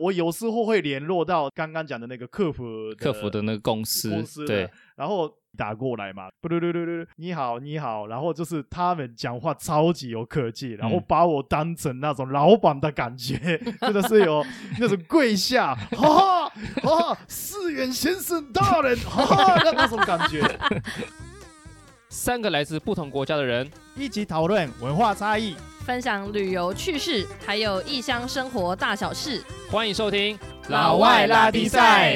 我有时候会联络到刚刚讲的那个客服客服的那个公司，公司的对，然后打过来嘛，不噜噜噜噜，你好你好，然后就是他们讲话超级有客气，然后把我当成那种老板的感觉，真的是 有那种跪下，哈哈哈哈，四元先生大人，哈哈那那种感 觉，三个来自不同国家的人，一起讨论文化差异。分享旅游趣事，还有异乡生活大小事。欢迎收听《老外拉低赛》。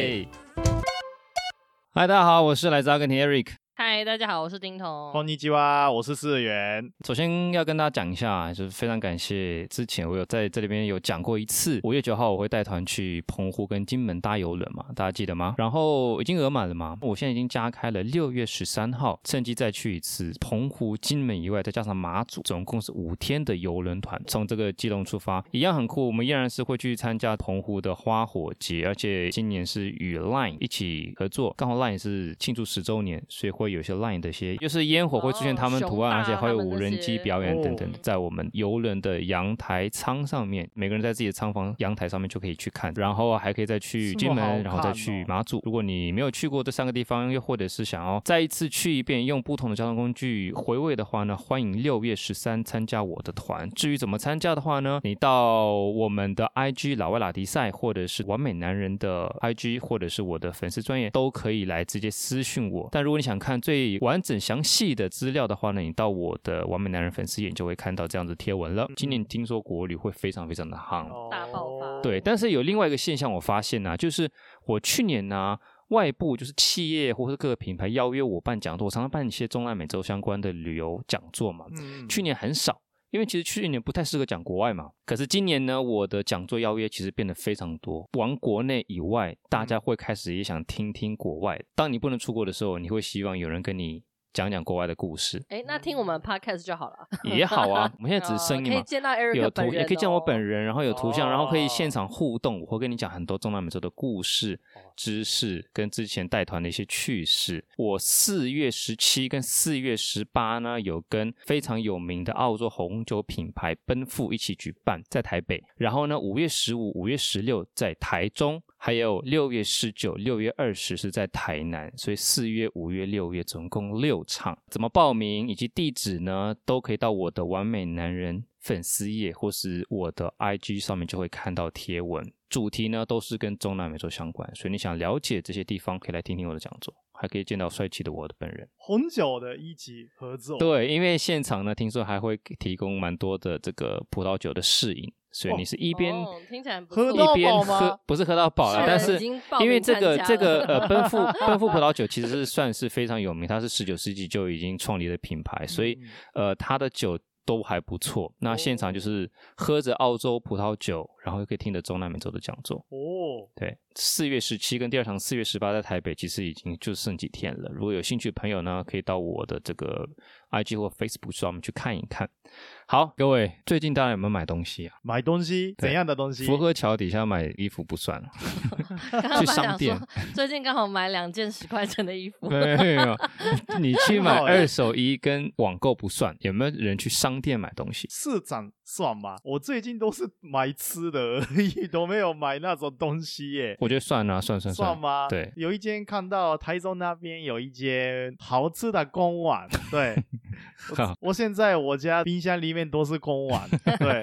嗨，大家好，我是来自阿根廷 Eric。嗨，大家好，我是丁欢哦彤。哦迎吉哇，我是四元。首先要跟大家讲一下，就是非常感谢之前我有在这里边有讲过一次，五月九号我会带团去澎湖跟金门搭游轮嘛，大家记得吗？然后已经额满了嘛，我现在已经加开了六月十三号，趁机再去一次澎湖、金门以外，再加上马祖，总共是五天的游轮团，从这个基隆出发，一样很酷。我们依然是会去参加澎湖的花火节，而且今年是与 LINE 一起合作，刚好 LINE 是庆祝十周年，所以会有一些 LINE 的一些，就是烟火会出现他们图案，哦而且还有熊大他们无人机那些表演等等哦的。在我们游轮的阳台舱上面，每个人在自己的舱房阳台上面就可以去看，然后还可以再去金这么好门，看然后再去哦马祖。如果你没有去过这三个地方，又或者是想要再一次去一遍，用不同的交通工具回味的话呢，欢迎六月十三参加我的团。至于怎么参加的话呢，你到我们的 IG 老外拉迪赛，或者是完美男人的 IG，或者是我的粉丝专业都可以来直接私讯我。但如果你想看最完整详细的资料的话呢，你到我的完美男人粉丝页你就会看到这样子贴文了。今年听说国旅会非常非常的夯，啊大爆发，对，哦但是有另外一个现象，我发现呢、就是我去年呢、外部就是企业或是各个品牌邀约我办讲座，我常常办一些中南美洲相关的旅游讲座嘛。嗯去年很少，因为其实去年不太适合讲国外嘛。可是今年呢，我的讲座邀约其实变得非常多，往国内以外，大家会开始也想听听国外。当你不能出国的时候，你会希望有人跟你讲讲国外的故事 哎，那听我们 podcast 就好了。也好啊。我们现在只是声音 哦可嘛，以见到 Eric 有图本人、哦也可以见我本。人，然后有图像，然后可以现哦场互动。我会跟你讲很多中南美洲的故事、哦知识跟之前带团的一些趣事。我四月十七跟四月十八呢，有跟非常有名的澳洲红酒品牌奔富一起举办在台北，然后呢，五月十五、五月十六在台中。还有六月十九、六月二十是在台南，所以四月、五月、六月总共六场。怎么报名以及地址呢？都可以到我的完美男人粉丝页或是我的 IG 上面就会看到贴文。主题呢都是跟中南美洲相关，所以你想了解这些地方，可以来听听我的讲座，还可以见到帅气的我的本人。红酒的一起合作，对，因为现场呢，听说还会提供蛮多的这个葡萄酒的试饮，所以你是一一边、哦听起来不喝错到一边爆吗喝，不是喝到饱了，是但已是经报因为名这参个加这个了呃奔 富奔富葡萄酒其实是算是非常有名，它是十九世纪就已经创立的品牌，所以嗯呃它的酒都还不错。那现哦场就是喝着澳洲葡萄酒，然后又可以听着中南美洲的讲座。哦，对，四月十七跟第二场四月十八在台北，其实已经就剩几天了。如果有兴趣的朋友呢，可以到我的这个 IG 或 Facebook 上面去看一看。好，各位，最近大家有没有买东西啊？买东西对怎样的东西？福和桥底下买衣服不算了，去刚刚本来商想店说。 最近刚好买两件十块钱的衣 服，没有没有没有，你去买很好欸二手衣跟网购不算，有没有人去商店买东西？市场算吗？我最近都是买吃的而已， 都没有买那种东西耶。我觉得算啊，算算算吗？对有一间看到台中那边有一间好吃的公碗， 对好，我现在我家冰箱里面都是公 碗，对，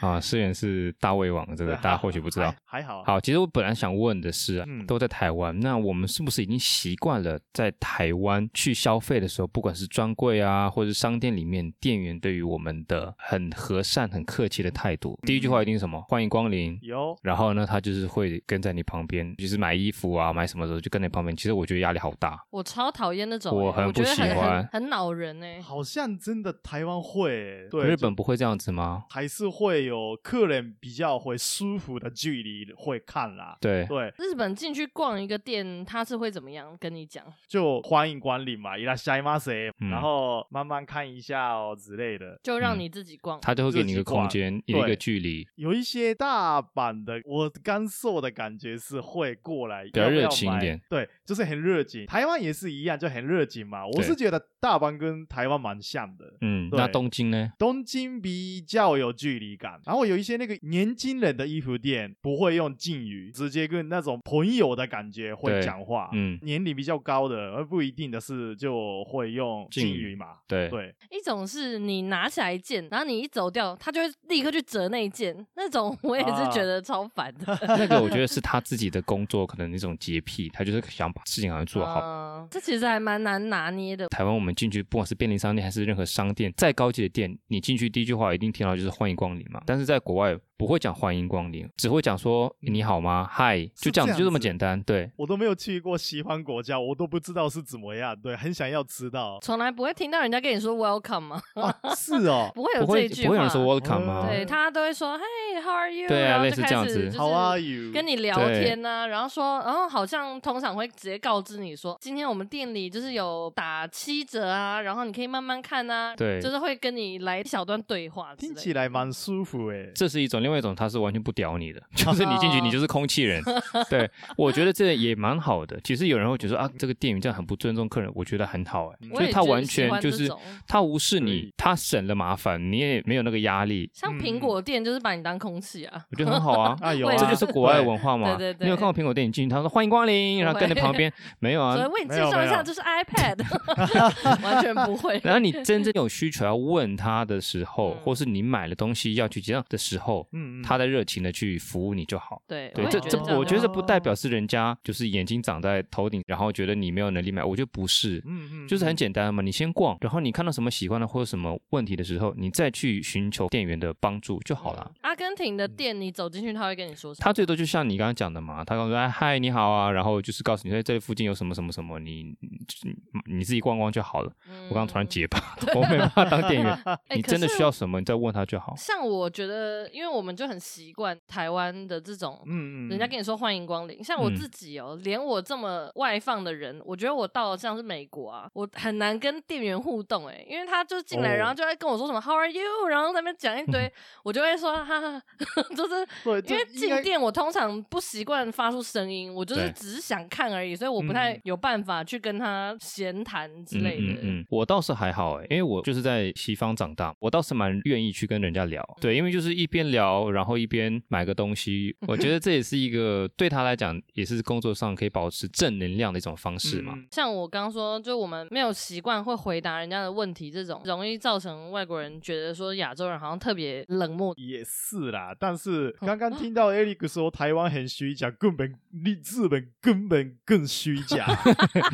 啊，思源是大胃王，这个对大家或许不知道。还还好，好，其实我本来想问的是啊嗯，都在台湾，那我们是不是已经习惯了在台湾去消费的时候，不管是专柜啊，或者商店里面，店员对于我们的很和善、很客气的态嗯度？第一句话一定是什么？欢迎光临，有然后呢，他就是会跟在你旁边，就是买衣服啊，买什么的时候就跟在旁边。其实我觉得压力好大，我超讨厌那种欸，我我很觉不得喜很欢很很恼人呢、欸好像真的台湾会耶，对，日就本不会这样子吗？还是会有客人比较会舒服的距离会看啦。对，对，日本进去逛一个店，他是会怎么样跟你讲？就欢迎光临嘛，伊拉下马谁，嗯然后慢慢看一下哦之类的。就让嗯你自己逛。他就会给你一个空间，一个对距离。有一些大阪的，我感受的感觉是会过来比较要不要热情一买点，对，就是很热情。台湾也是一样，就很热情嘛。我对是觉得大阪跟台湾蛮像的。嗯，对那东京呢？东京比较有距离感，然后有一些那个年轻人的衣服店不会用敬语，直接跟那种朋友的感觉会对讲话。嗯年龄比较高的，而不一定的是就会用敬敬语语嘛。对对，一种是你拿起来剑，然后你一走掉，他就会立刻去折那一剑，那种我也啊是觉得超烦的。 那个我觉得是他自己的工作可能那种洁癖，他就是想把事情好像做好。嗯这其实还蛮难拿捏的。台湾我们进去，不管是便利商店还是任何商店，再高级的店，你进去第一句话一定听到就是欢迎光临嘛。但是在国外不会讲欢迎光临，只会讲说你好吗，嗨，就这这样子，样就这么子简单。对，我都没有去过西方国家，我都不知道是怎么样。对，很想要知道 从来不会听到人家跟你说 welcome 吗？啊，是哦，不会有不这会一句话。嗯不会有人说 welcome 啊吗？对他都会说 Hey，how are you？对啊然后就类似这样子开始就是 How are you？跟你聊对天呐、然后说，然后好像通常会直接告知你说，今天我们店里就是有打七折啊，然后你可以慢慢看啊，对就是会跟你来一小段对话之类听的，起来嗯蛮舒服 诶。这是一种，另外一种他是完全不屌你 的，就是你进去你就是空气人。对，我觉得这也蛮好的。其实有人会觉得说啊，这个店员这样很不尊重客人，我觉得很好哎、我所也以他觉得完喜全欢就这是种他无视你嗯对，。他省了麻烦，你也没有那个压力，像苹果店就是把你当空气啊，我觉得很好啊 啊，有我啊，也这就是国外对 文化嘛。对对对你有看过苹果店，你进去他说欢迎光临，然后跟着旁 边没有所以啊。为你没介有绍一没下，有这是 iPad，完全不会。 然后你真正有需求要问他的时候，嗯或是你买了东西要去结账的时候，嗯，嗯他在热情的去服务你就好。对对，我也这觉这得这样我觉得很这不代表是人家就是眼睛长在头顶，然后觉得你没有能力买，我觉得不是。嗯嗯，就是很嗯简单嘛，你先逛，然后你看到什么喜欢的或者什么问题的时候，你再去寻求店员的帮助就好了。阿根廷的店，你走进去他会跟你说什么？他最多就像你刚刚讲的嘛，他告诉你哎嗨你好啊，然后就是告诉你在这附近有什么什么什么，你你你自己逛逛就好了。嗯我刚刚突然结巴，我没办法当店员， 哎你可真的是需要什么你再问他就好。嗯像我觉得，因为我们就很习惯台湾的这种嗯嗯，人家给跟你说欢迎光临，像我嗯自己哦，连我这么外放的人，我觉得我到了像是美国啊，我很难跟店员互动哎，因为他就进来，哦然后就在跟我说什么 How are you，然后在那边讲一嗯堆，我就会说哈哈， 就是对，因为这应进该店我通常不习惯发出声音，我就是对只是想看而已，所以我不太嗯有办法去跟他闲谈之类嗯嗯的。嗯，我倒是还好哎、因为我就是在西方长大，我倒是蛮愿意去跟人家聊。嗯对，因为就是一边聊，然后一边买个东 西，我觉得这也是一个对他来讲也是工作上可以保持正能量的一种方式嘛。嗯像我刚说，就我们没有习惯会回答人家的问题，这种容易造成外国人觉得说亚洲人好像特别冷漠也是啦，但是哦刚刚听到 Eric 说台湾很虚假，根本日日本根本更虚 假，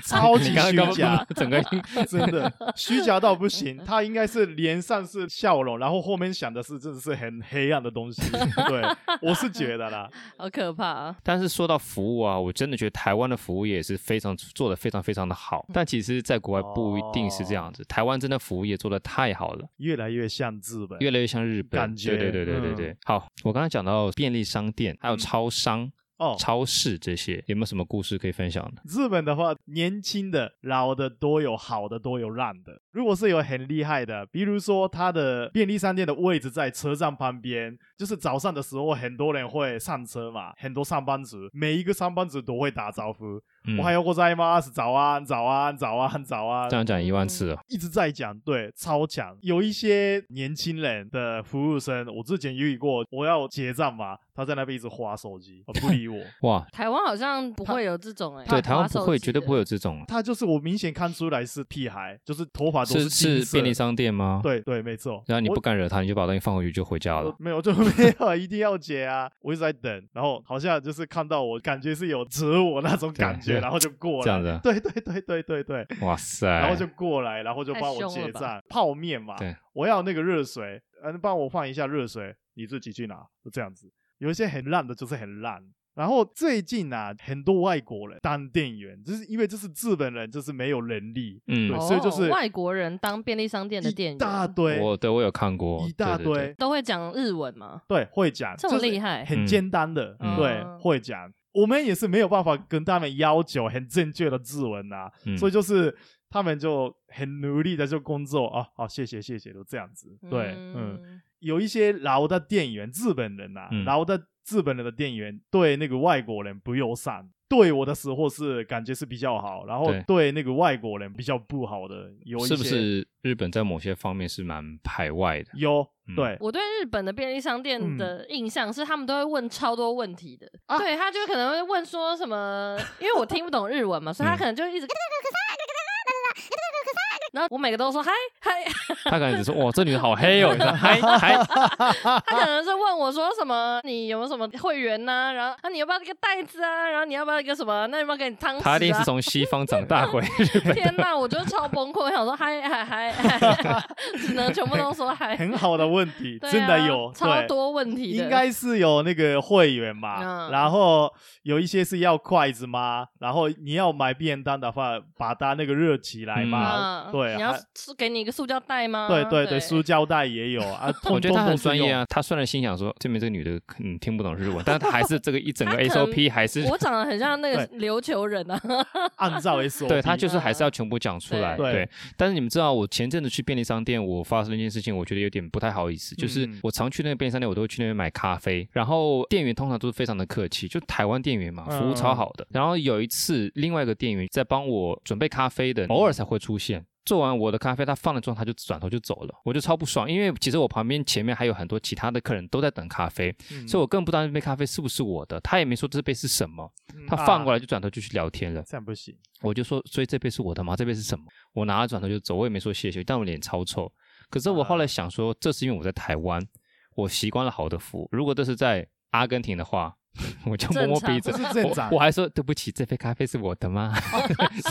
超级你刚虚刚 假，整个 真的虚假到不行。他应该是脸上是笑容，然后后面想的是真的是很黑暗的东 西。对，我是觉得啦，好可怕啊！但是说到服务啊，我真的觉得台湾的服务业是非常做的非常非常的嗯好，但其实在国外不一定是这样哦子。台湾真的服务业做的太好了。越来越像日本，越来越像日本感觉对对对对对对。嗯好，我刚刚讲到便利商店，还有嗯超商、哦。超市这些，有没有什么故事可以分享的？日本的话，年轻的、老的都有，好的都有，烂的。如果是有很厉害的，比如说他的便利商店的位置在车站旁边，就是早上的时候很多人会上车嘛，很多上班族，每一个上班族都会打招呼，嗯我还有ございます，啊早安，早安，早安，早安这，样讲一万次了，一直在讲，对，超强。有一些年轻人的服务生，我之前也遇过，我要结账嘛，他在那边一直划手机，呃不 理我。哇！台湾好像不会有这种哎、欸，对，台湾滑手不会，机绝对的不会有这种，他就是我明显看出来是屁孩，就是头发都是金是色便利商店吗？，对对，没错。然后你我不敢惹他，你就把东西放回去就回家我了。没有就 没有，一定要结啊！我一直在等，然后好像就是看到我，感觉是有折我那种感对觉，然后就过来，这样哎子 对对对对对对，哇塞！然后就过来，然后就帮我太凶了结吧账。泡面嘛对，我要那个热水，嗯，帮我放一下热水，你自己去拿，就这样子。有一些很烂的，就是很烂。然后最近啊，很多外国人当店员，就是因为就是日本人就是没有能力，嗯对，，所以就哦是外国人当便利商店的店一大员堆，我对我有看过一大，对对堆，都会讲日文嘛，对，会讲，这么就是厉害很简单的，嗯对嗯，会讲。我们也是没有办法跟他们要求很正确的日文呐、对嗯所以就是他们就很努力的就工作啊，好、谢谢谢谢，都这样子。对，嗯，嗯有一些老的店员，日本人呐、啊，嗯老的日本人的店员对那个外国人不友善，对我的识货是感觉是比较好，然后对对那个外国人比较不好的有一些是不是日本在某些方面是蛮排外的？有嗯对我对日本的便利商店的印象是，他们都会问超多问题的。嗯啊对他就可能会问说什么，因为我听不懂日文嘛，所嗯以他可能就一直。然后我每个都说嗨嗨，他感觉说哇，这女的好黑哦，你看嗨 啊嗨，他可能是问我说什么，你有没有什么会员呐、然后啊你要不要一个袋子啊？然后你要不要一个什么？那要不要给你汤匙他一定是啊？从西方长大回日本天的。呐，我就超崩溃，我想说嗨嗨嗨，嗨只能全部都说嗨。很好的问题， 对啊真的有超对多问题的，应该是有那个会员嘛，嗯然后有一些是要筷子嘛，然后你要买便当的话，把它那个热起来嘛，嗯对，你要还是给你一个塑胶袋吗？对对对，对，塑胶袋也有啊， 我通觉得通他都很是专业用。啊，他虽然心想说这边这个女的嗯听不懂日文，但他还是这个一整个他可能 SOP 还是我长得很像那个对琉球人啊， 按照 SOP，对他就是还是啊要全部讲出来。对对，但是你们知道，我前阵子去便利商店，我发生了一件事情，我觉得有点不太好意思。就是嗯我常去那个便利商店，我都会去那边买咖啡，然后店员通常都是非常的客气，就台湾店员嘛，嗯服务超好的。然后有一次，另外一个店员在帮我准备咖啡的，偶尔才会出现。做完我的咖啡，他放了之后，他就转头就走了，我就超不爽，因为其实我旁边前面还有很多其他的客人都在等咖啡，嗯所以我更不知道那杯咖啡是不是我的，他也没说这杯是什么，嗯他放过啊来就转头就去聊天了。这样不行，我就说，所以这杯是我的吗？这杯是什么？我拿了转头就走，我也没说谢谢，但我脸超臭。可是我后啊来想说，这是因为我在台湾，我习惯了好的服务。如果这是在阿根廷的话， 我就摸摸鼻子这，是正我常我，还说对不起，这杯咖啡是我的吗？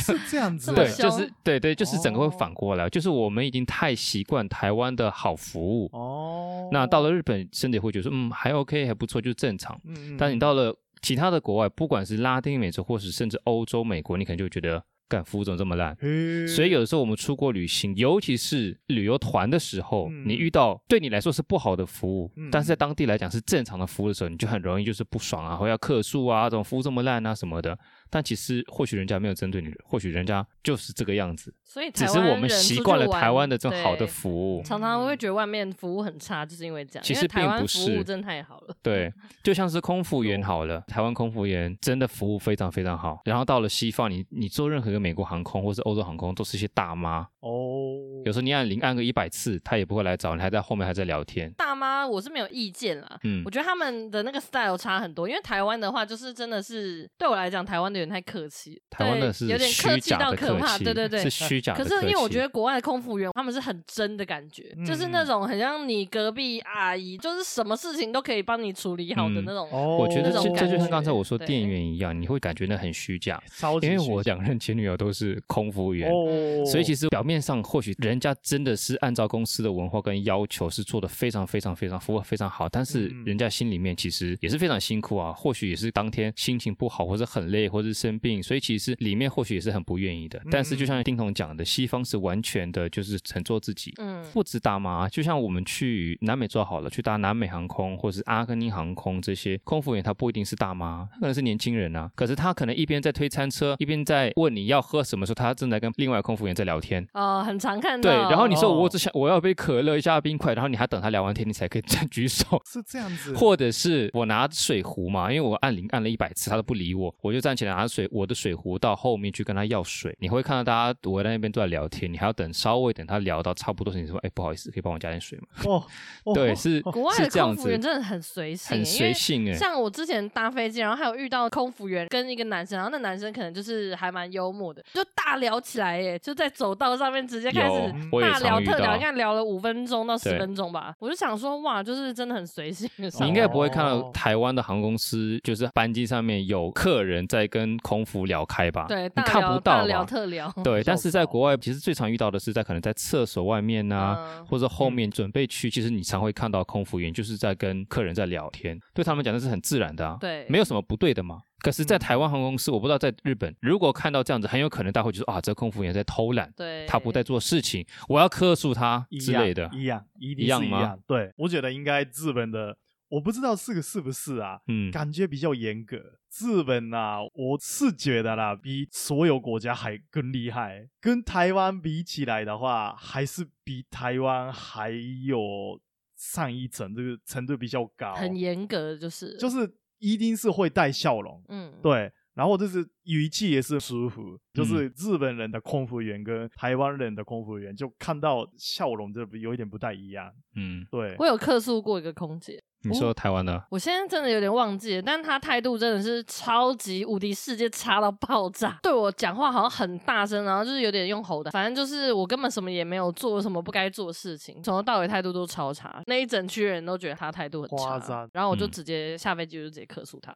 是这样子这。么 对，凶就是对对，就是整个会哦反过来，就是我们已经太习惯台湾的好服务，哦，那到了日本，甚至会觉得说，嗯，还 OK，还不错，就是正常。嗯，嗯但你到了其他的国外，不管是拉丁美洲，或是甚至欧洲、美国，你可能就会觉得，干服务怎么这么烂？嗯嘿所以有的时候我们出国旅行，尤其是旅游团的时候，嗯你遇到对你来说是不好的服务，嗯但是在当地来讲是正常的服务的时候，你就很容易就是不爽啊，或要客诉啊，怎么服务这么烂啊什么的。但其实或许人家没有针对你，或许人家就是这个样子，所以只台是湾我们人习出去惯了玩台湾的这种好的对服务。常常会觉得外面服务很差，就是因为这样。其因实为台湾并不服是务真的太好了，对，就像是空服员好了，台湾空服员真的服务非常非常好。然后到了西方，你你坐任何一个美国航空或是欧洲航空，都是一些大妈，哦，有时候你按铃按个一百次，她也不会来找你，还在后面还在聊天。大妈我是没有意见啦。嗯我，觉得他们的那个 style 差很多，因为台湾的话，就是真的是对我来讲，台湾的有点太客气，台湾的对是有点虚客气假到的可怕，气，对对对，是虚假的可客是气。因为我觉得国外的空服员他们是很真的感觉，就是那嗯种很像你隔壁阿姨，就是什么事情都可以帮你处理好的嗯那种。哦，我觉得那这种这就感像刚才觉我说对店员一样，你会感觉那很虚假，超级因为虚我两任前女友都是空服员。哦，所以其实表面上或许人家真的是按照公司的文化跟要求是做的非常非常非常服务非常好，但是嗯人家心里面其实也是非常辛苦啊，或许也是当天心情不好或者很累或者是生病，所以其实里面或许也是很不愿意的。但是就嗯像丁彤讲的，西方是完全的就是很做自己，嗯，不止大妈，就像我们去南美洲好了，去搭南美航空或是阿根廷航空这些空服员，他不一定是大妈，他可能是年轻人啊。可是他可能一边在推餐车，一边在问你要喝什么时候，他正在跟另外空服员在聊天。哦，很常看到。对，然后你说哦我只想我要杯可乐，一下冰块，然后你还等他聊完天，你才可以再 举手。是这样子，或者是我拿水壶嘛，因为我按铃按了一百次，他都不理我，我就站起来拿水我的水壶到后面去跟他要水。你会看到大家围在那边都在聊天，你还要等稍微等他聊到差不多时，你说哎不好意思，可以帮我加点水吗？哦，哦对，是国外是的这样空服员子，真的很随性，很随。性哎。像我之前搭飞机，然后还有遇到空服员跟一个男生，然后那男生可能就是还蛮幽默的，就大聊起来耶，就在走道上面直接开有始，我也大聊常遇特聊，到应。该聊了五分钟到十对分钟吧。我就想说，哇，就是真的很随性的时候。你应该不会看到哦台湾的航空公司，就是班机上面有客人在跟空服聊开吧？对，你大看聊不大到聊吧？特聊。对，较但是在少国外，其实最常遇到的是在可能在厕所外面呐、嗯啊或者后面准备区，其实你常会看到空服员就是在跟客人在聊天，对他们讲的是很自然的啊，对没有什么不对的嘛。可是，在嗯台湾航空公司，我不知道在日本，如果看到这样子，很有可能大家会觉得啊，这空服员在偷懒，对，他不在做事情，我要克诉他一之样类的。一样，一一定样是一吗样。对，我觉得应该日本的，我不知道是个是不是啊，嗯，感觉比较严格。日本啊，我是觉得啦，比所有国家还更厉害。跟台湾比起来的话，还是比台湾还有上一层，这个程度比较高，很严格，就是就是一定是会带笑容。嗯，对，然后就是语气也是舒服，就是日本人的空服员跟台湾人的空服员就看到笑容就有一点不太一样。嗯，对，我有客诉过一个空姐，你说台湾的，我现在真的有点忘记了，但她态度真的是超级无敌世界差到爆炸，对我讲话好像很大声，然后就是有点用吼的，反正就是我根本什么也没有做，什么不该做的事情，从头到尾态度都超差，那一整区人都觉得她态度很夸差张，然后我就嗯直接下飞机就直接客诉 她，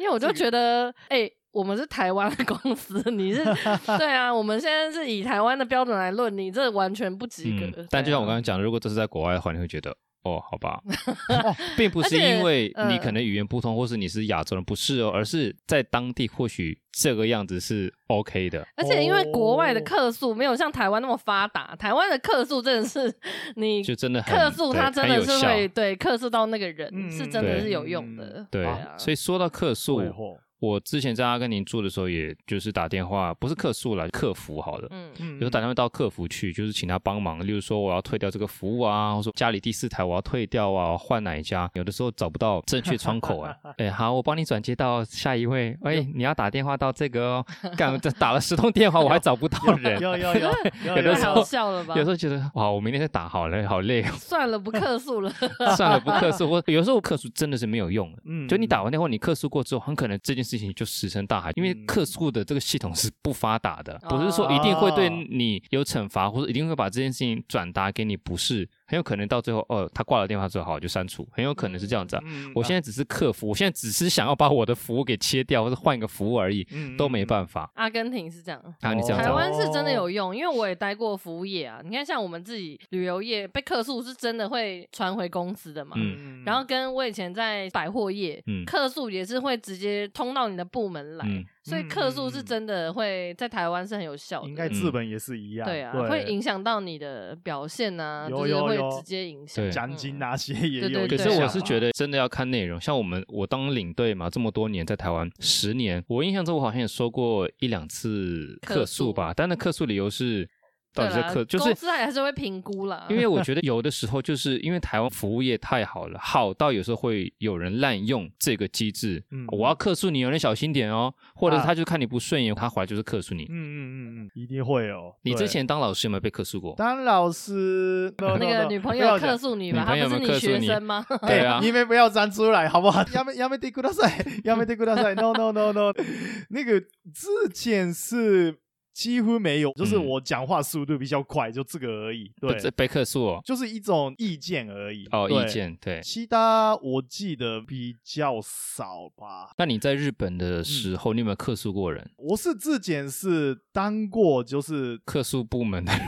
因为我就觉得，哎、我们是台湾的公司，你是对啊，我们现在是以台湾的标准来论，你这完全不及格。啊嗯，但就像我刚刚讲的，如果这是在国外的话，你会觉得。哦，好吧，并不是而且因为你呃可能语言不通，或是你是亚洲人，不是哦，而是在当地或许这个样子是 OK 的。而且因为国外的哦客诉没有像台湾那么发达，台湾的客诉真的是你就真的很客诉，对他真很的有是效会对客诉到那个人、嗯是真的对是有用的。对，啊所以说到客诉，会吼我之前在阿根廷住的时候，也就是打电话，不是客诉啦，客服好了。嗯，嗯有打电话到客服去，就是请他帮忙，例如说我要退掉这个服务啊，或者说家里第四台我要退掉啊，我换哪一家？有的时候找不到正确窗口 哎、哎、好，我帮你转接到下一位。哎、你要打电话到这个哦，干这打了十通电话我还找不到人，有 有有，有有的有时太候好笑了吧有？时候觉得哇，我明天再打好了，好累哦，算了，不客诉了。 算了不客诉，我有时候客诉真的是没有用的。嗯就你打完电话，你客诉过之后，很可能这件事情就石沉大海，因为嗯客诉的这个系统是不发达的，哦不是说一定会对哦你有惩罚，或者一定会把这件事情转达给你，不是，很有可能到最后，哦，他挂了电话之后，好就删除，很有可能是这样子啊。嗯我现在只是客服，我现在只是想要把我的服务给切掉，或者换一个服务而已，嗯哦都没办法。阿根廷是这样。啊，你这样子台啊，湾是真的有用，因为我也待过服务业啊。你看，像我们自己旅游业被客诉是真的会传回公司的嘛。嗯嗯然后跟我以前在百货业，嗯客诉也是会直接通到你的部门来，嗯所以客诉是真的会在台湾是很有效嗯的。应嗯该日本也是一样，对啊，会影响到你的表现啊，有就是有会有直接影响嗯对奖金啊那些也对有对影响吧。可对啊是我是觉得得真的要看内容，像我们我当领队嘛，这么多年在台湾十年，我印象中我好像也收过一两次客诉吧，但那客诉理由是到底对是啦客，就公是司还是会评估啦，因为我觉得有的时候就是因为台湾服务业太好了，好到有时候会有人滥用这个机制，嗯我要客诉你，有人小心点哦，或者是啊他就看你不顺眼，他回来就是客诉你。嗯嗯嗯嗯，一定会哦。你之对前当老师有没有被客诉过？当老 师 no, no, 那个 no，女朋不友要讲客诉你吧，女朋友她不是有没有学客诉你生吗？哎对啊，你们不要站出来，好不好？ やめやめてください，やめてください。No no no no，那个之前是几乎没有，就是嗯我讲话速度比较快，就这个而已。对，被被客诉哦，就是一种意见而已。哦，对意。见对。其他我记得比较少吧。那你在日本嗯的时候，你有没有客诉过人？我是之前是当过，就是客诉部门的人。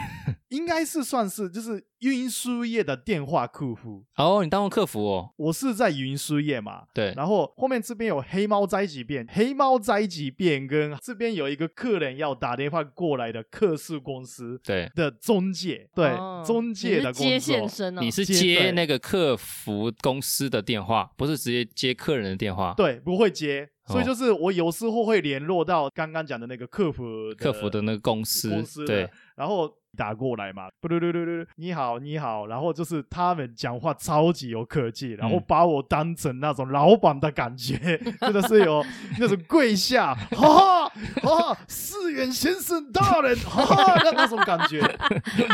应该是算是就是运输业的电话客户。哦，你当过客服哦？我是在运输业嘛，对，然后后面这边有黑猫灾几遍，黑猫灾几遍跟这边有一个客人要打电话过来的客诉公司对，的中介，对、哦中介的你是接工线作，生哦，你 是接接对那个客服公司的电话，不是直接接客人的电话。，对，不会接，所以哦就是我有时候会联络到刚刚讲的那个客服客服的那个公司，公司的对，然后打过来嘛，不对不对不对，你好你好，然后就是他们讲话超级有客气，然后嗯把我当成那种老板的感觉， 真的是有那种跪下，哈哈哈哈，四元先生大人，哈哈那那种感 觉，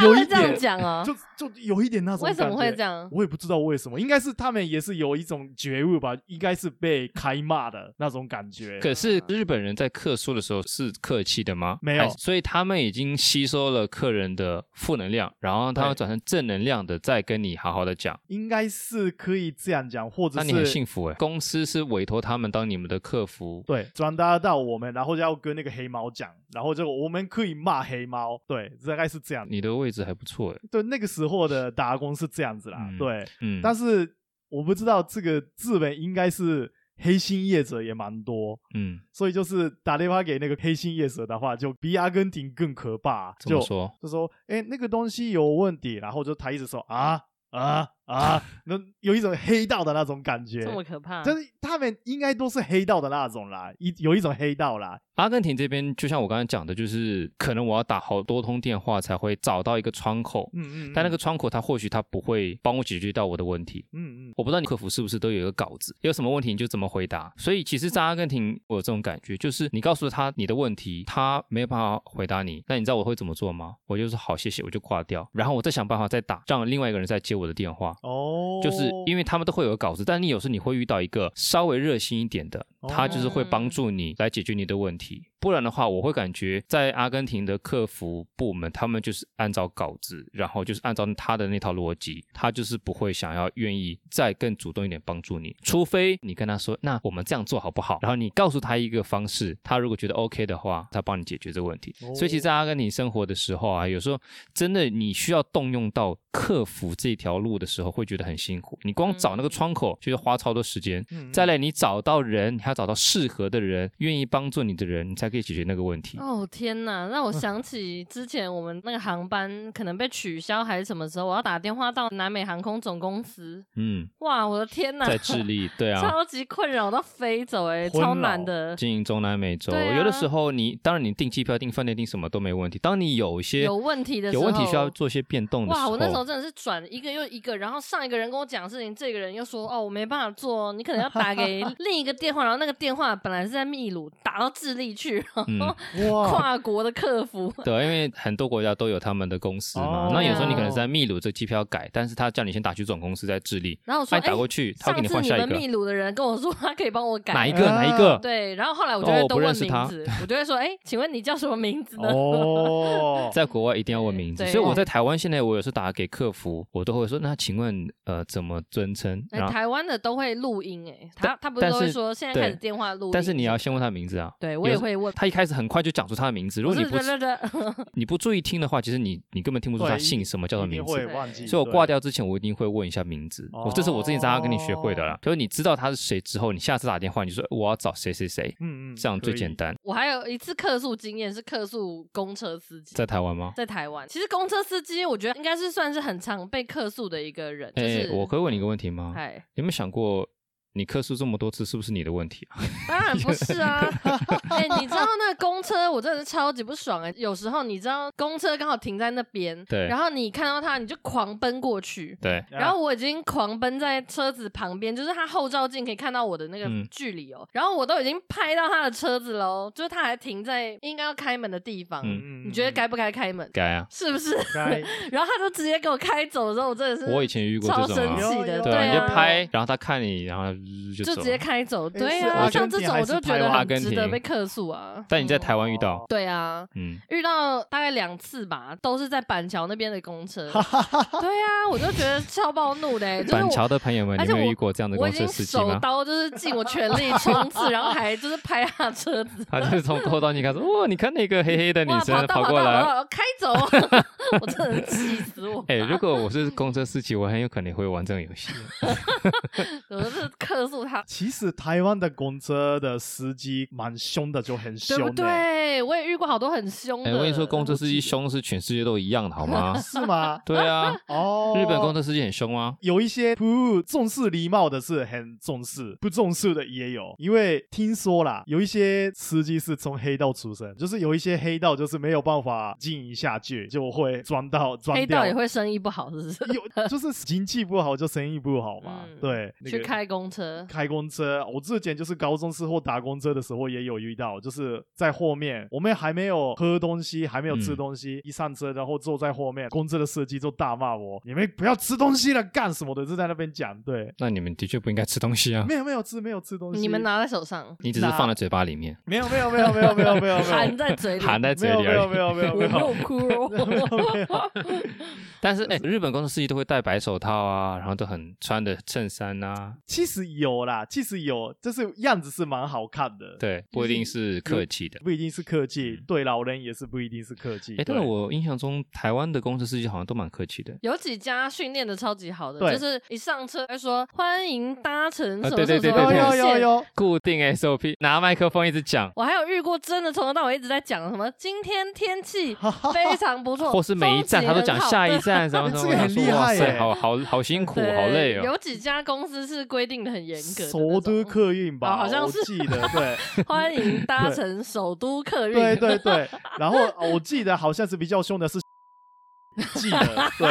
有会一这样点讲啊？就就有一点那种为什么感觉会这样？我也不知道为什么，应该是他们也是有一种觉悟吧，应该是被开骂的那种感觉。可是日本人在客诉的时候是客气的吗？没有还是所以他们已经吸收了客人的负能量，然后他对会转成正能量的，再跟你好好的讲。应该是可以这样讲，或者那是你很幸福哎，公司是委托他们当你们的客服，对，转达到我们，然后就要跟那个黑猫讲，然后就我们可以骂黑猫，对，大概是这样。你的位置还不错哎。对，那个时候的打工是这样子啦，嗯对。嗯，但是我不知道这个日本应该是黑心业者也蛮多，嗯，所以就是打电话给那个黑心业者的话，就比阿根廷更可怕。怎么就说？就说，哎，那个东西有问题，然后就他一直说啊啊啊啊，那有一种黑道的那种感觉这，么可怕，就是他们应该都是黑道的那种啦，一有一种黑道啦，阿根廷这边就像我刚才讲的，就是可能我要打好多通电话才会找到一个窗口，嗯嗯，但那个窗口它或许它不会帮我解决到我的问题。嗯嗯我不知道你客服是不是都有一个稿子，有什么问题你就怎么回答。所以其实，在阿根廷，我有这种感觉，就是你告诉他你的问题，他没有办法回答你。那你知道我会怎么做吗？我就是好，谢谢，我就挂掉，然后我再想办法再打，让另外一个人再接我的电话。哦，就是因为为他们都会有个稿子，但你有时你会遇到一个稍微热心一点的，他就是会帮助你来解决你的问题。不然的话，我会感觉在阿根廷的客服部门，他们就是按照稿子，然后就是按照他的那套逻辑，他就是不会想要愿意再更主动一点帮助你，除非你跟他说，那我们这样做好不好？然后你告诉他一个方式，他如果觉得 OK 的话，他帮你解决这个问题。所以其实，在阿根廷生活的时候啊，有时候真的你需要动用到客服这条路的时候，会觉得很辛苦。你光找那个窗口，就要花超多时间。嗯嗯再来，你找到人，你还要找到适合的人，愿意帮助你的人，你才可以解决那个问题。哦天哪，让嗯我想起之前我们那个航班可能被取消还是什么时候，我要打电话到南美航空总公司，嗯，哇，我的天哪，在智利，对啊，超级困扰到飞走哎、困超难扰的。经营中南美洲，对啊有的时候你当然你订机票、订饭店、订什么都没问题。当你有一些有问题的时有候，问题需要做一些变动的时哇，候，我那时候真的是转一个又一个，然后上一个人跟我讲事情，这个人又说哦我没办法做，你可能要打 给另一个电话，然后那个电话本来是在秘鲁，打到智利去，然 后哦哇，跨国的客服，嗯对，因为很多国家都有他们的公司嘛。哦那有时候你可能是在秘鲁这机票要改，但是他叫你先打去总公司，在智利，然后我那说你打哎过去，他会上给你次换你下一们个。秘鲁的人跟我说他可以帮我改哪一个？哪一个？对，然后后来我就哦会我不都问认识名他字，我就会说哎，请问你叫什么名字呢？ 哦，在国外一定要问名字，对哦所以我在台湾现在我有时候打给客服，我都会说：“那请问呃怎么尊称？”哎然后，台湾的都会录音哎、他他不是但都会是说现在开始对电话录音，但是你要先问他名字啊。对我有也时会问，他一开始很快就讲出他的名字，如不果你是 不对对对，你不注意听的话，其实你你根本听不出他对姓什么叫什么一定名会。字忘记，所以我对哦挂。掉之前，我一定会问一下名字。我这是我之前在阿根廷学会的啦。就是你知道他是谁之后，你下次打电话你就说哎我要找谁谁谁，嗯嗯，这样最简单。单。我还有一次客诉经验是客诉公车司机，在台湾吗？在台湾，其实公车司机我觉得应该是算是很常被客诉的一个人，就哎、是、我可以问你一个问题吗？哎，有没有想过，你客诉这么多次，是不是你的问题啊？当然不 是啊，哎、你知道那个公车我真的是超级不爽哎、有时候你知道公车刚好停在那边，对然后你看到他你就狂奔过去。对，啊然后我已经狂奔在车子旁边，就是他后照镜可以看到我的那个嗯距离哦。然后我都已经拍到他的车子喽，就是他还停在应该要开门的地方。嗯嗯你觉得该不该开门？该啊。是不是？该 然后他就直接给我开走的时候，我真的是我以前遇过嗯超这种生啊，气的，有对有啊，有你啊，就拍，然后他看你，然后就就走。直接开走，对是啊，阿像根这廷种我就觉还是拍得阿很根值廷得被客诉啊。但你在台湾遇哦到，对啊，嗯，遇到大概两次吧，都是在板桥那边的公车。对啊，我就觉得超暴怒 的、欸，就是板我桥的朋友们，而你且们我有遇过这样的我公已车经司机手吗？刀就是尽我全力冲刺，然后还就是拍他车子， 他就是从后到你看说，哇，你 看那个黑黑的女哇， 生跑到跑跑过到跑来。到开 走，我真的气死我！哎，如果我是公车司机，我很有可能会玩这种游 戏。我就是客 诉他其实台湾的公车的司机蛮凶的，就很凶、对欸，不对？我也遇过好多很凶的。哎，我跟你说，公车司机凶是全世界都一样的，好吗？？嗯是吗 对啊，哦，日本公车司机很凶啊。有一些不重视礼貌的是很重视，不重视的也有。因为听说啦，有一些司机是从黑道出身，就是有一些黑道就是没有办法经营下去，就会钻到钻黑掉道也。会生意不好，是不是？有 就是经济不好就生意不好嘛，嗯对，那个去开公车，开公车，我之前就是高中时候打公车的时候也有遇到，就是在后面，我们还没有喝东西，还没有嗯吃东西，一上车然后坐在后面，公车的司机就大骂我：“你们不要吃东西了，干什么的？”就在那边讲，对，那你们的确不应该吃东西 啊，没有没有吃，没有吃东西，你们拿在手上，你只是放在嘴巴里面，没有没有没有没有没有没有没有含在嘴里，含在嘴没有里没有没而已。有没有没有我没有又哭哦。 但是哎，日本公车司机都会戴白手套啊，然后都很穿的衬衫啊， 其实有啦，其实有，就是样子是蛮好看的，，对，不一嗯定是客气的。不一定是客气，对老人也是不一定是客气。哎，嗯但对是我印象中台湾的公车司机好像都蛮客气的。有几家训练的超级好的，对就是一上车就说欢迎搭乘什么啊什么对对什对么对有路有有线。有，固定 SOP，拿麦克风一直讲。 我还有遇过真的从头到尾一直在讲什么今天天气非非常不错。或是每一站他都讲下一站。站什么什么，这个很厉害我想说哇耶塞，好好好辛苦，对好累哦。有几家公司是规定的很严格的首都那种，客运吧，哦好像我是记得对欢迎搭乘首都客运。对对对。然后哦我记得好像是比较凶的是记得对，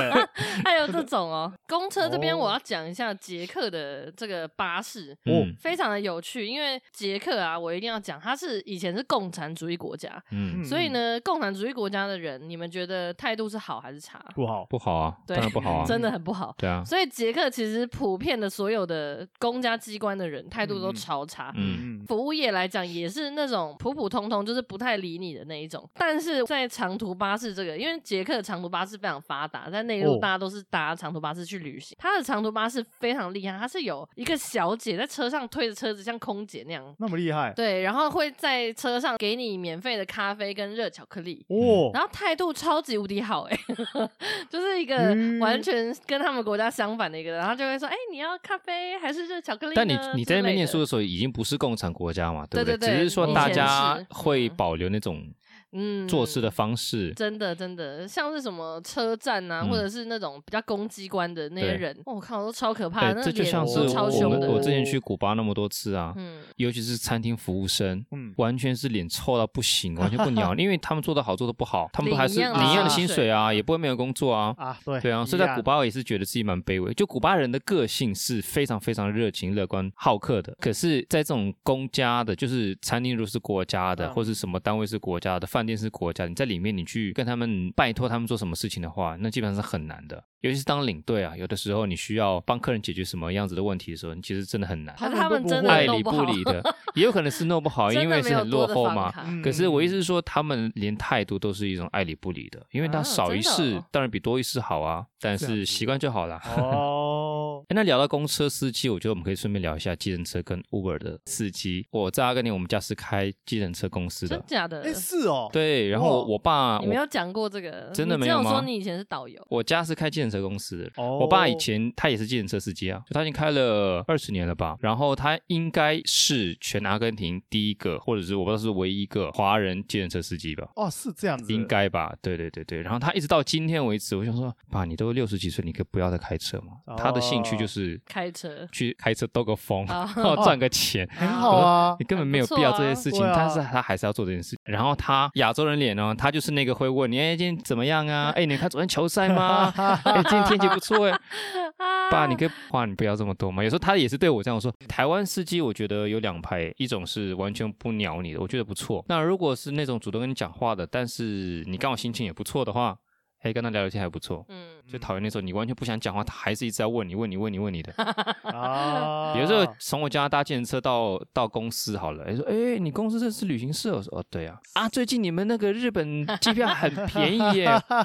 还有这种哦，公车这边哦我要讲一下捷克的这个巴士。嗯非常的有趣，因为捷克啊，我一定要讲，它是以前是共产主义国家，嗯，所以呢，共产主义国家的人，你们觉得态度是好还是差？不好，不好啊，对当然不好啊，真的很不好。对啊，所以捷克其实普遍的所有的公家机关的人态度都嗯嗯超差，嗯嗯，服务业来讲也是那种普普通通，就是不太理你的那一种。但是在长途巴士这个，因为捷克的长途巴士非常发达，在内陆哦大家都是搭长途巴士去旅行。它的长途巴士非常厉害，它是有一个小姐在车上推着车子，像空姐那样。那么厉害对，然后会在车上给你免费的咖啡跟热巧克力。哦，嗯然后态度超级无敌好哎、 就是一个嗯完全跟他们国家相反的一个人，然后就会说，哎、你要咖啡还是热巧克力呢？但你你在那边念之类的书的时候，已经不是共产国家嘛，不对对？对对只是说以大前家是会嗯保留那种嗯做事的方式。真的真的，像是什么车站啊，嗯或者是那种比较公机关的那些对人，哦我靠，都超可怕哎的，那这就脸像都是超我凶们的。我之前去古巴那么多次啊，嗯，尤其是餐厅服务生，嗯完全是脸臭到不行，完全不 鸟，因为他们做的好做的不好，他们都还是领一样的领一样的薪薪水嗯水啊，也不会没有工作啊。啊，对对啊，所以在古，巴我也是觉得自己蛮卑微。就古巴人的个性是非常非常热情、乐观、好客的，可是，在这种公家的，就是餐厅如果是国家的，嗯或是什么单位是国家的，饭店是国家的，你在里面你去跟他们拜托他们做什么事情的话，那基本上是很难的。尤其是当领队啊，有的时候你需要帮客人解决什么样子的问题的时候，你其实真的很难，还是他们真他的爱们弄理好，理的，也有可能是弄不 好，真因为的没是有很落多的后嘛方。卡。嗯可是我意思是说，他们连态度都是一种爱理不理的，因为啊他少一真事、的哦当然比多一事好啊，但这样是子习惯就好啦。 哦，诶那聊到公车司机，我觉得我们可以顺便聊一下计程车跟 Uber 的司机。我在阿根廷，我们家是开计程车公司真的，假的？哎是哦，对。然后我哇我爸，你没我有讲过这个，真的你没只有有吗说你以前是导游，我家是开计程车公司的。哦，我爸以前他也是计程车司机啊，就他已经开了二十年了吧。然后他应该是全阿根廷第一个，或者是我不知道是唯一一个华人计程车司机吧。哦是这样子，应该吧？对对对对。然后他一直到今天为止，我想说，爸，你都六十几岁，你可以不要再开车嘛。他的兴趣哦就是开车去开车兜个风，然啊后 赚个钱。很好 啊你，根本没有很不错必要这些事情，啊对啊但是他还是要做这件事。然后他亚洲人脸哦，他就是那个会问你，哎，今天怎么样啊？哎，你看昨天球赛吗？哎，今天天气不错 哎。啊爸，你可以话你不要这么多嘛。有时候他也是对我这样说。台湾司机我觉得有两派，一种是完全不鸟你的，我觉得不错。那如果是那种主动跟你讲话的，但是你刚好心情也不错的话，哎，跟他聊聊天还不错。嗯，就讨厌那种你完全不想讲话，他还是一直在问你、问你、问你、问你的。 啊，有时哦候从我家搭电车到到公司好了，哎说哎，你公司这是旅行社？我说哦，对啊，啊，最近你们那个日本机票很便宜耶， 大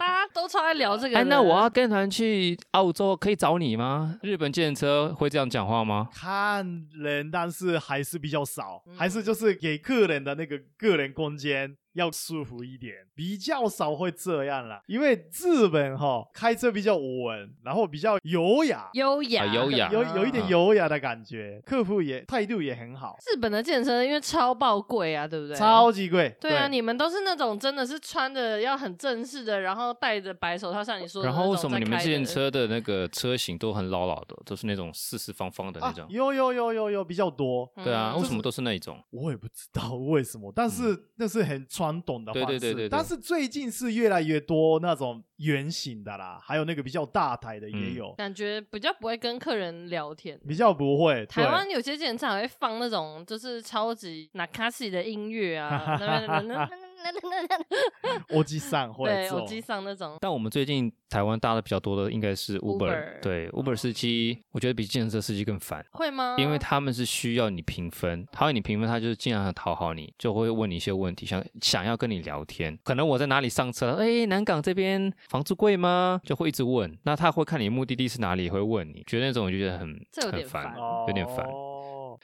家都超爱聊这个的。哎，那我要跟团去澳洲，可以找你吗？日本电车会这样讲话吗？看人，但是还是比较少，还是就是给客人的那个个人空间要舒服一点，比较少会这样啦。因为日本哈开车比较稳，然后比较优雅，优雅啊优雅有有一点啊优雅的感觉，客户也态度也很好，日本的健身因为超爆贵啊，对嗯不对？超级贵。对啊，你们都是那种真的是穿的要很正式的，然后戴着白手套，像你说的然那种后为什么你们在自开的行？车的那个车型都很老老的，都是那种四四方方的那啊种，？有有有有有比较多。哦嗯对啊，就为是什么都是那一种？我也不知道为什么，但是那是很传统的方对式。嗯对对对对但是最近是越来越多那种圆形的啦，还有那个比较大台的也嗯有，感觉比较不会跟客人聊天。比较不会。台对湾有些健身还会放那种就是超级 Nakashi 的音乐 啊，那边欧吉上会对，做耳机上那种。但我们最近台湾搭的比较多的应该是 Uber，, Uber 哦对 Uber 司机，我觉得比计程车司机更烦。会吗？因为他们是需要你评分，讨厌你评分，他就是尽量讨好你，就会问你一些问题，想想要跟你聊天。可能我在哪里上车，哎，南港这边房租贵吗？就会一直问。那他会看你目的地是哪里，也会问你。觉得那种我就觉得很这有点很烦烦，哦有点烦。哦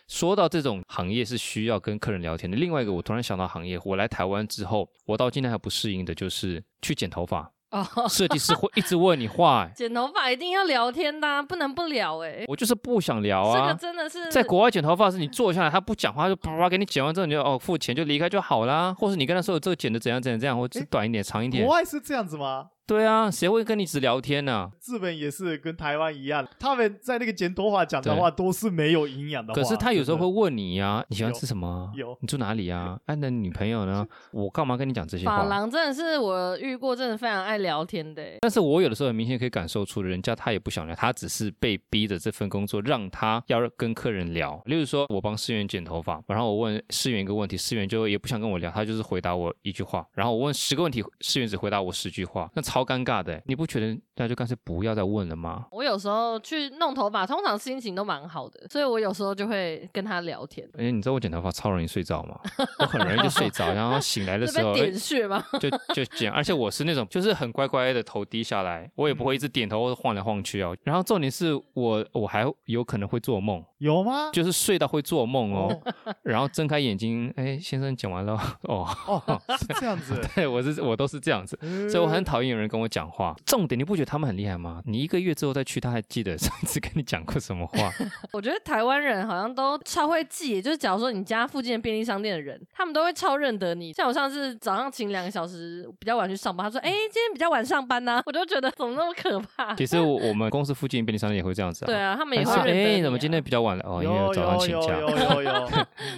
说到这种行业是需要跟客人聊天的，另外一个我突然想到行业，我来台湾之后，我到今天还不适应的就是去剪头发。 哦，设计师会一直问你话、 欸剪头发一定要聊天的啊、不能不聊哎、我就是不想聊这个啊。真的是在国外剪头发是你坐下来，他不讲话就啪啪给你剪完之后，你就哦付钱就离开就好啦，或是你跟他说这个剪的怎样怎样怎样，或者诶短一点长一点国，外是这样子吗？对啊，谁会跟你只聊天呢、日本也是跟台湾一样，他们在那个剪头发讲的话都是没有营养的话。可是他有时候会真问你呀、你喜欢有吃什么啊？有你住哪 里啊？哎、那你女朋友呢？我干嘛跟你讲这些法话？郎真的是我遇过真的非常爱聊天的、欸，但是我有的时候很明显可以感受出，人家他也不想聊，他只是被逼着这份工作让他要跟客人聊。例如说，我帮思源剪头发，然后我问思源一个问题，思源就也不想跟我聊，他就是回答我一句话。然后我问十个问题，思源只回答我十句话，那超尴尬的欸。你不觉得那就干脆不要再问了吗？我有时候去弄头发，通常心情都蛮好的，所以我有时候就会跟他聊天。哎，你知道我剪头发超容易睡着吗？我很容易就睡着，然后醒来的这时边候，哎点穴吗？ 就就剪，而且我是那种就是很乖乖的头低下来，我也不会一嗯直点头或者晃来晃去哦。然后重点是我我还有可能会做梦，的有吗？就是睡到会做梦哦，然后睁开眼睛，哎，先生剪完了哦， 。哦，是这样子对我是我都是这样子。 嗯所以我很讨厌有人跟我讲话。重点，你不觉得他们很厉害吗？你一个月之后再去，他还记得上次跟你讲过什么话。我觉得台湾人好像都超会记，就是假如说你家附近的便利商店的人，他们都会超认得你。像我上次早上请两个小时比较晚去上班，他说：“哎、今天比较晚上班呢、我就觉得怎么那么可怕？嗯其实我我们公司附近便利商店也会这样子、啊。对。啊，他们也但会是认得你、啊。哎，怎么今天比较晚了？哦，因为有早上有请有假。有有有，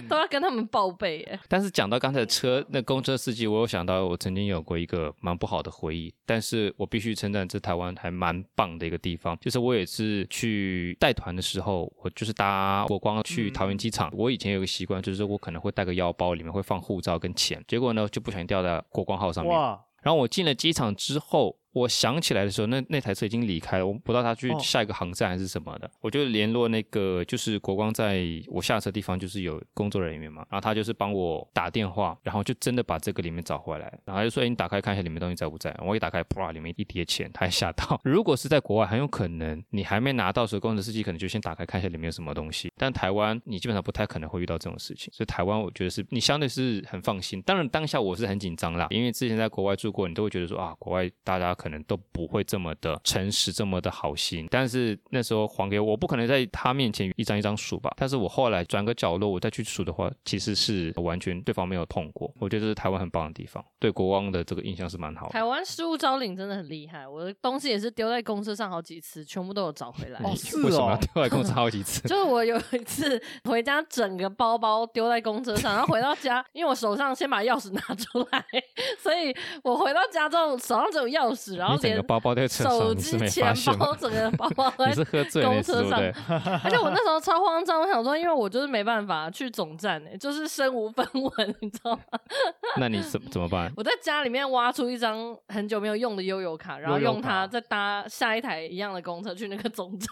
都要跟他们报备、欸？但是讲到刚才的车，那公车司机，我有想到我曾经有过一个蛮不好的回忆，但是我必须称赞这台湾还蛮棒的一个地方，就是我也是去带团的时候，我就是搭国光去桃园机场，我以前有个习惯，就是我可能会带个腰包，里面会放护照跟钱，结果呢就不小心掉在国光号 上面，哇，然后我进了机场之后，我想起来的时候，那那台车已经离开了，我不知道他去哦下一个航站还是什么的。我就联络那个就是国光，在我下车地方就是有工作人员嘛，然后他就是帮我打电话，然后就真的把这个里面找回来，然后他就说：“哎，你打开看一下里面东西在不在？”我一打开，啪，里面一叠钱，他还吓到。 如果是在国外，很有可能你还没拿到的时候，工程司机可能就先打开看一下里面有什么东西。但台湾你基本上不太可能会遇到这种事情，所以台湾我觉得是你相对是很放心。当然当下我是很紧张啦，因为之前在国外住过，你都会觉得说啊，国外大家可能都不会这么的诚实，这么的好心。但是那时候还给我，我不可能在他面前一张一张数吧。但是我后来转个角落，我再去数的话，其实是完全对方没有碰过。我觉得这是台湾很棒的地方，对国王的这个印象是蛮好的。台湾失物招领真的很厉害，我的东西也是丢在公车上好几次，全部都有找回来。哦是为什么哦要对外公司好几次？ 就是我有一次回家，整个包包丢在公车上，然后回到家，因为我手上先把钥匙拿出来，所以我回到家之后手上只有钥匙，然后你整连个包包在车手上，你机是没、发钱现包、吗？整个包包 都你在是喝醉了那次，对公车不上对？而且我那时候超慌张，我想说，因为我就是没办法去总站、欸，就是身无分文，你知道吗？ 那你怎怎么办？我在家里面挖出一张很久没有用的悠游卡，然后悠游用它卡再搭下一台一样的公车去那个总站，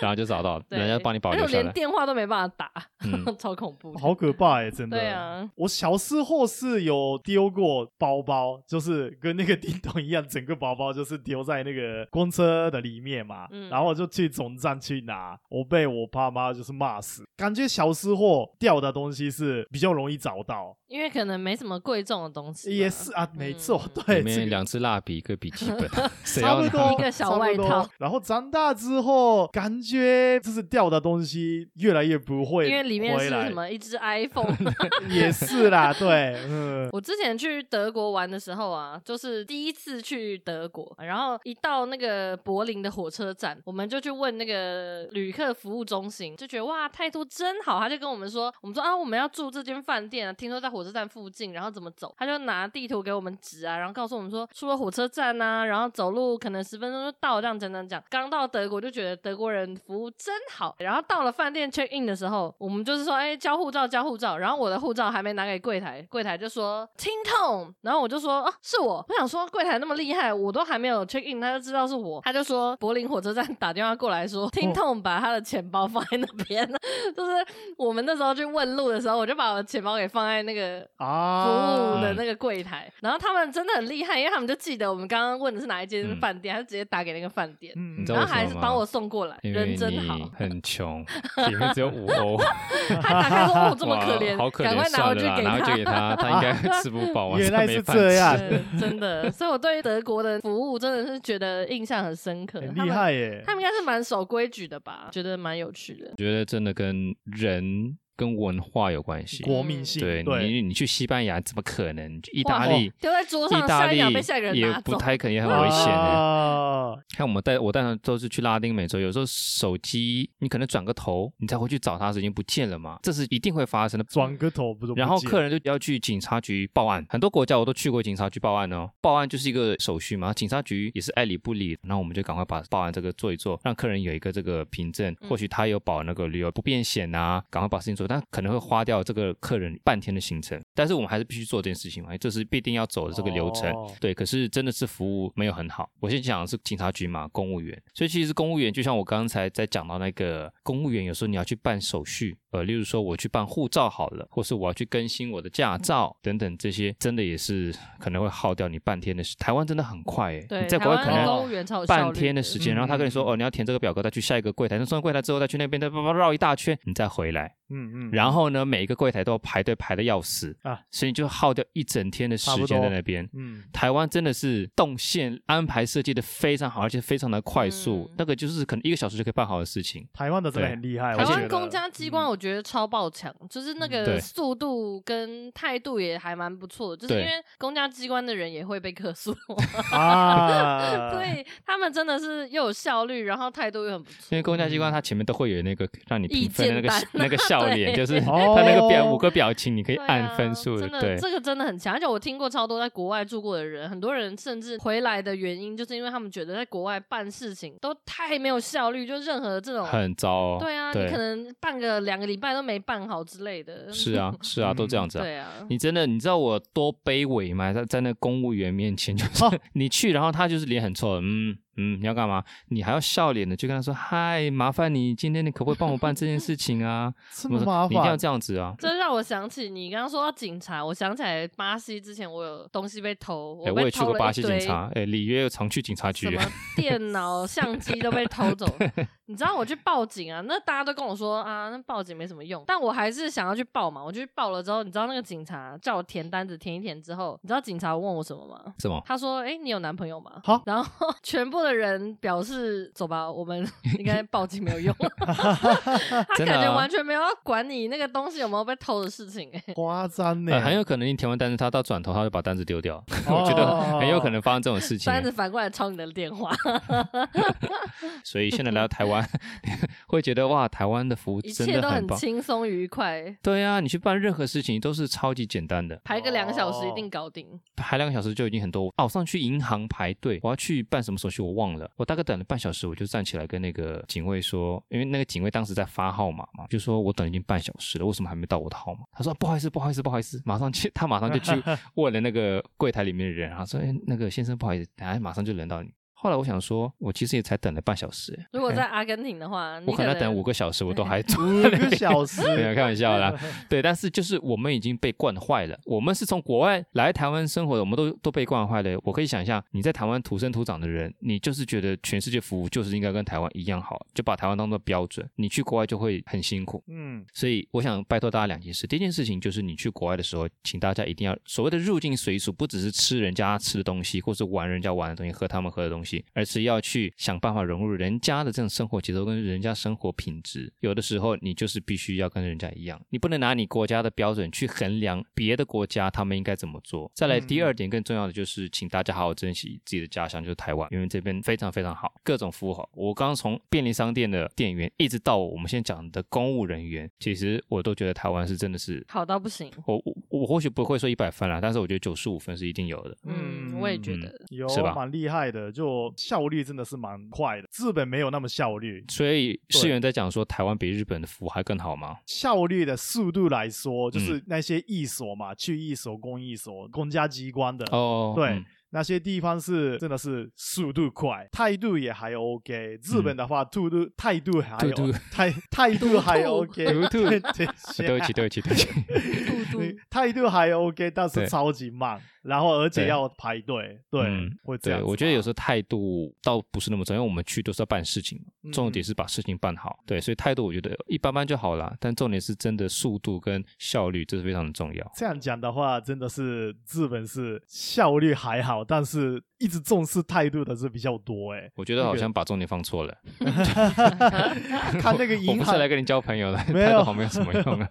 然后就找到，对，人家帮你保而且留我下连来。电话都没办法打，嗯， 超恐怖的。好可怕哎，真的。对啊，我小时候是有丢过包包，就是跟那个叮咚一样，整个包包就是丢在那个公车的里面嘛，嗯然后就去总站去拿，我被我爸妈就是骂死。感觉小时候掉的东西是比较容易找到，因为可能没什么贵重的东西嘛，也是啊，没错，嗯对，里这个面两支蜡笔，一个笔记 本，谁差要不拿多一个小外套。差不多然后长大之后，感觉就是掉的东西越来越不会回来，因为里面是什么一只 iPhone。 也是啦，对，嗯，我之前去德国玩的时候啊，就是第一次去德国，然后一到那个柏林的火车站，我们就去问那个旅客服务中心，就觉得哇态度真好，他就跟我们说，我们说啊我们要住这间饭店啊，听说在火车站附近，然后怎么走，他就拿地图给我们指啊，然后告诉我们说出了火车站啊，然后走路可能十分钟就到，这样讲讲讲。刚到德国就觉得德国人服务真好，然后到了饭店 check in 的时候，我们就是说哎交护照交护照，然后我的护照还没拿给柜台，柜台就说听痛，然后我就说啊是我，我想说柜台那么厉害，我都还没有 check in，他就知道是我，他就说柏林火车站打电话过来说听痛把他的钱包放在那边， 就是我们那时候去问路的时候，我就把我的钱包给放在那个 服啊，务的嗯那个柜台，然后他们真的很厉害，因为他们就记得我们刚刚问的是哪一间嗯饭店，他就直接打给那个饭店，嗯，你知道然后为什么还是吗帮我送过来，因为人真 好你。很 穷，里面只有五欧，他打开说：“哦， 这么哇可怜，好可赶快怜，拿算回了去啦，给 拿回去给他，他应该吃不饱，晚原来上是没这饭样吃。嗯对，真的，所以我对德国的服务真的是觉得印象很深刻，很他厉们害耶、他们应该是蛮守规矩的吧？觉得蛮有趣的。觉得真的跟人跟文化有关系。国民性对对你，你去西班牙怎么可能？意大利丢在桌意哦上大三利秒被下一个人也拿不走，太可能， 也很危险的。啊看我们带我带团都是去拉丁美洲，有时候手机你可能转个头，你才回去找它，已经不见了嘛，这是一定会发生的。转个头不是不然后见客人就要去警察局报案，很多国家我都去过警察局报案哦。报案就是一个手续嘛，警察局也是爱理不理。然后我们就赶快把报案这个做一做，让客人有一个这个凭证，嗯或许他有保那个旅游不便险啊，赶快把事情做，但可能会花掉这个客人半天的行程。但是我们还是必须做这件事情嘛，这是必定要走的这个流程。哦对，可是真的是服务没有很好。我先讲的是警察局嘛，公务员，所以其实公务员就像我刚才在讲到那个公务员，有时候你要去办手续，呃，例如说我去办护照好了，或是我要去更新我的驾照等等，这些真的也是可能会耗掉你半天的时。台湾真的很快诶、对，你在台国外湾可的能公务员超有效半率天的时间，嗯然后他跟你说嗯嗯哦，你要填这个表格，再去下一个柜台，那送完柜台之后再去那边，再叭叭绕一大圈，你再回来。嗯嗯，然后呢，每一个柜台都要排队排的要死啊，所以你就耗掉一整天的时差不间在多那边。嗯台湾真的是动线安排设计的非常好，而且非常的快速，嗯那个就是可能一个小时就可以办好的事情。台湾的真的很厉害，对台我觉湾得嗯公家机关我觉得超爆强，就是那嗯个对速度跟态度也还蛮不错的，就是对因为公家机关的人也会被客 诉， 啊，所以他们真的是又有效率，然后态度又很不因错。啊为公家机关它前面都会有那个让你评分的那个嗯意见单那个笑脸， 对就是哦它那个表五个表情，你可以对按分数啊，的真。的对，这个真的很强，而且我听过超多在国外住过的人，很多人甚至回来的原因，就是因为他们觉得在国外办事情都太没有效率，就任何这种，很糟哦。对啊，你可能办个两个礼拜都没办好之类的，是 啊，是啊，嗯都这样子啊。对啊，你真的，你知道我多卑微吗？在在那公务员面前，就是、哦 你去，然后他就是脸很臭，嗯嗯，你要干嘛？你还要笑脸的去跟他说，嗨，麻烦你今天你可不可以帮我办这件事情啊？这我么说麻你一定要烦，这样子啊！这让我想起你刚刚说到警察，我想起来巴西之前我有东西被偷，哎、我被也去偷过了巴一西警堆察，哎、里约又常去警察什局么，电脑、相机都被偷走。 你知道我去报警啊？那大家都跟我说啊，那报警没什么用，但我还是想要去报嘛。我就去报了之后，你知道那个警察叫我填单子，填一填之后，你知道警察问我什么吗？ 什么？他说：“哎、你有男朋友吗？”好然后 全部的人表示：“走吧，我们 应该报警没有用。” 啊他真的感觉啊完全没有要管你那个东西有没有被偷的事情、哎，夸张呢，呃，很有可能你填完单子，他到转头他就把单子丢掉，哦我觉得很有可能发生这种事情。啊单子反过来抄你的 电话，所以现在来到台 湾，会觉得哇，台湾的服务一真切的都很棒。轻松愉快，对啊，你去办任何事情都是超级简单的，排个两小时一哦定搞定。排两个小时就已经很多。哦，我上去银行排队，我要去办什么手续我忘了，我大概等了半小时，我就站起来跟那个警卫说，因为那个警卫当时在发号码嘛，就说我等已经半小时了，为什么还没到我的号码？他说啊不好意思，不好意思，不好意思，马上去，他马上就去问了那个柜台里面的人，然后说，哎，那个先生不好意思，等下马上就轮到你。后来我想说，我其实也才等了半小时，嗯如果在阿根廷的话，你哦我可能要等五个，个小时，我都还五个小时，没有开玩笑啦，对，但是就是我们已经被惯坏了，我们是从国外来台湾生活的，我们都都被惯坏了。我可以想象，你在台湾土生土长的人，你就是觉得全世界服务就是应该跟台湾一样好，就把台湾当做标准，你去国外就会很辛苦。嗯，所以我想拜托大家两件事，第一件事情就是你去国外的时候，请大家一定要所谓的入境随俗，不只是吃人家吃的东西，或是玩人家玩的东西，喝他们喝的东西，而是要去想办法融入人家的这种生活节奏跟人家生活品质。有的时候你就是必须要跟人家一样，你不能拿你国家的标准去衡量别的国家他们应该怎么做。再来嗯第二点更重要的就是，请大家好好珍惜自己的家乡，就是台湾，因为这边非常非常好，各种服务好。我刚刚从便利商店的店员，一直到我们现在讲的公务人员，其实我都觉得台湾是真的是。好到不行。我我我或许不会说一百分啦，但是我觉得九十五分是一定有的。嗯，我也觉嗯 得。有是吧蛮厉害的，就效率真的是蛮快的。日本没有那么效率，所以世源在讲说台湾比日本的服务还更好吗？效率的速度来说，就是嗯那些一所嘛，去一所、公一所、公家机关的，哦，对嗯那些地方是真的是速度快，态度也还 OK。日本的话，态度态度还态嗯度有态态度还 OK，态度 对对对不起，对不起，对不起。兔对兔，态度还 OK，但是对超级慢。然后而且对要排队，对嗯，会这对，样子吧。啊我觉得有时候态度倒不是那么重要，因为我们去都是要办事情嘛，重点嗯是把事情办好。对，所以态度我觉得一般般就好啦，但重点是真的速度跟效率，这是非常的重要。这样讲的话，真的是日本是效率还好，但是一直重视态度的是比较多 哎、 我觉得好像把重点放错了，看那个我银不行是来跟你交朋友的， 没态有度好没有什么 用啊。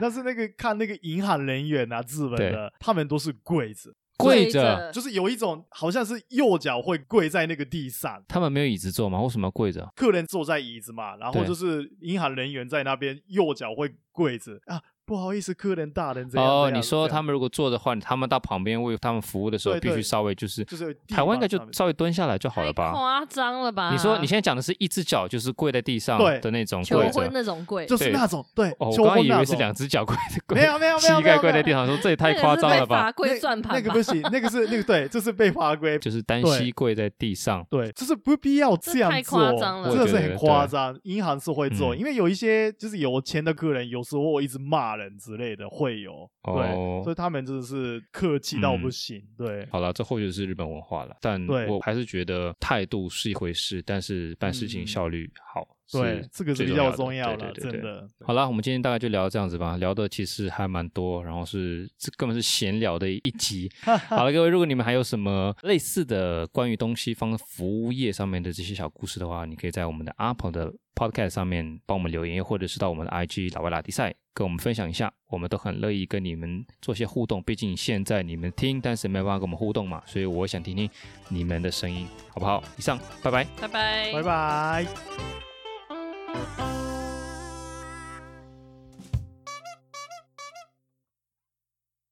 但是那个看那个银行人员啊，日本的他们都是跪着，跪跪着，着就是有一种好像是右脚会跪在那个地上，他们没有椅子坐吗？为什么要跪着？客人坐在椅子嘛，然后对就是银行人员在那边右脚会跪着啊，不好意思，客人大人这样。哦，这样你说这样他们如果坐的话，他们到旁边为他们服务的时候，对必对须稍微就是，就是地台湾应该板就上面稍微蹲下来就好了太吧？夸张了吧？你说你现在讲的是一只脚就是跪在地上对的那种求跪婚着，那种跪，就是那种对，哦，我秋刚刚风以那为是种。两只脚跪着 跪没有没有没有， 膝没盖有跪没在有 地上，说这也太那个夸是张被了吧罚？跪那转盘那个吧不行，那个是那个对，这是被罚规，就是单对膝跪在地上，对，就是不必要这这样太做，夸张了真的是我觉得很夸张。银行是会做，嗯因为有一些就是有钱的客人，有时候一直骂人之类的会有，对，哦所以他们真的是客气到不嗯行，对。好了，这或许是日本文化了，但对我还是觉得态度是一回事，但是办事嗯情效率好，对是，这个是最比重较要的重要对了，对对真对的。好啦，我们今天大概就聊这样子吧，聊的其实还蛮多，然后是这根本是闲聊的一集。好了，各位，如果你们还有什么类似的关于东西方服务业上面的这些小故事的话，你可以在我们的 Apple 的 Podcast 上面帮我们留言，又或者是到我们的 IG 老外拉迪赛跟我们分享一下，我们都很乐意跟你们做些互动。毕竟现在你们听，但是没有办法跟我们互动嘛，所以我想听听你们的声音，好不好？以上，拜拜。拜拜，拜拜。拜。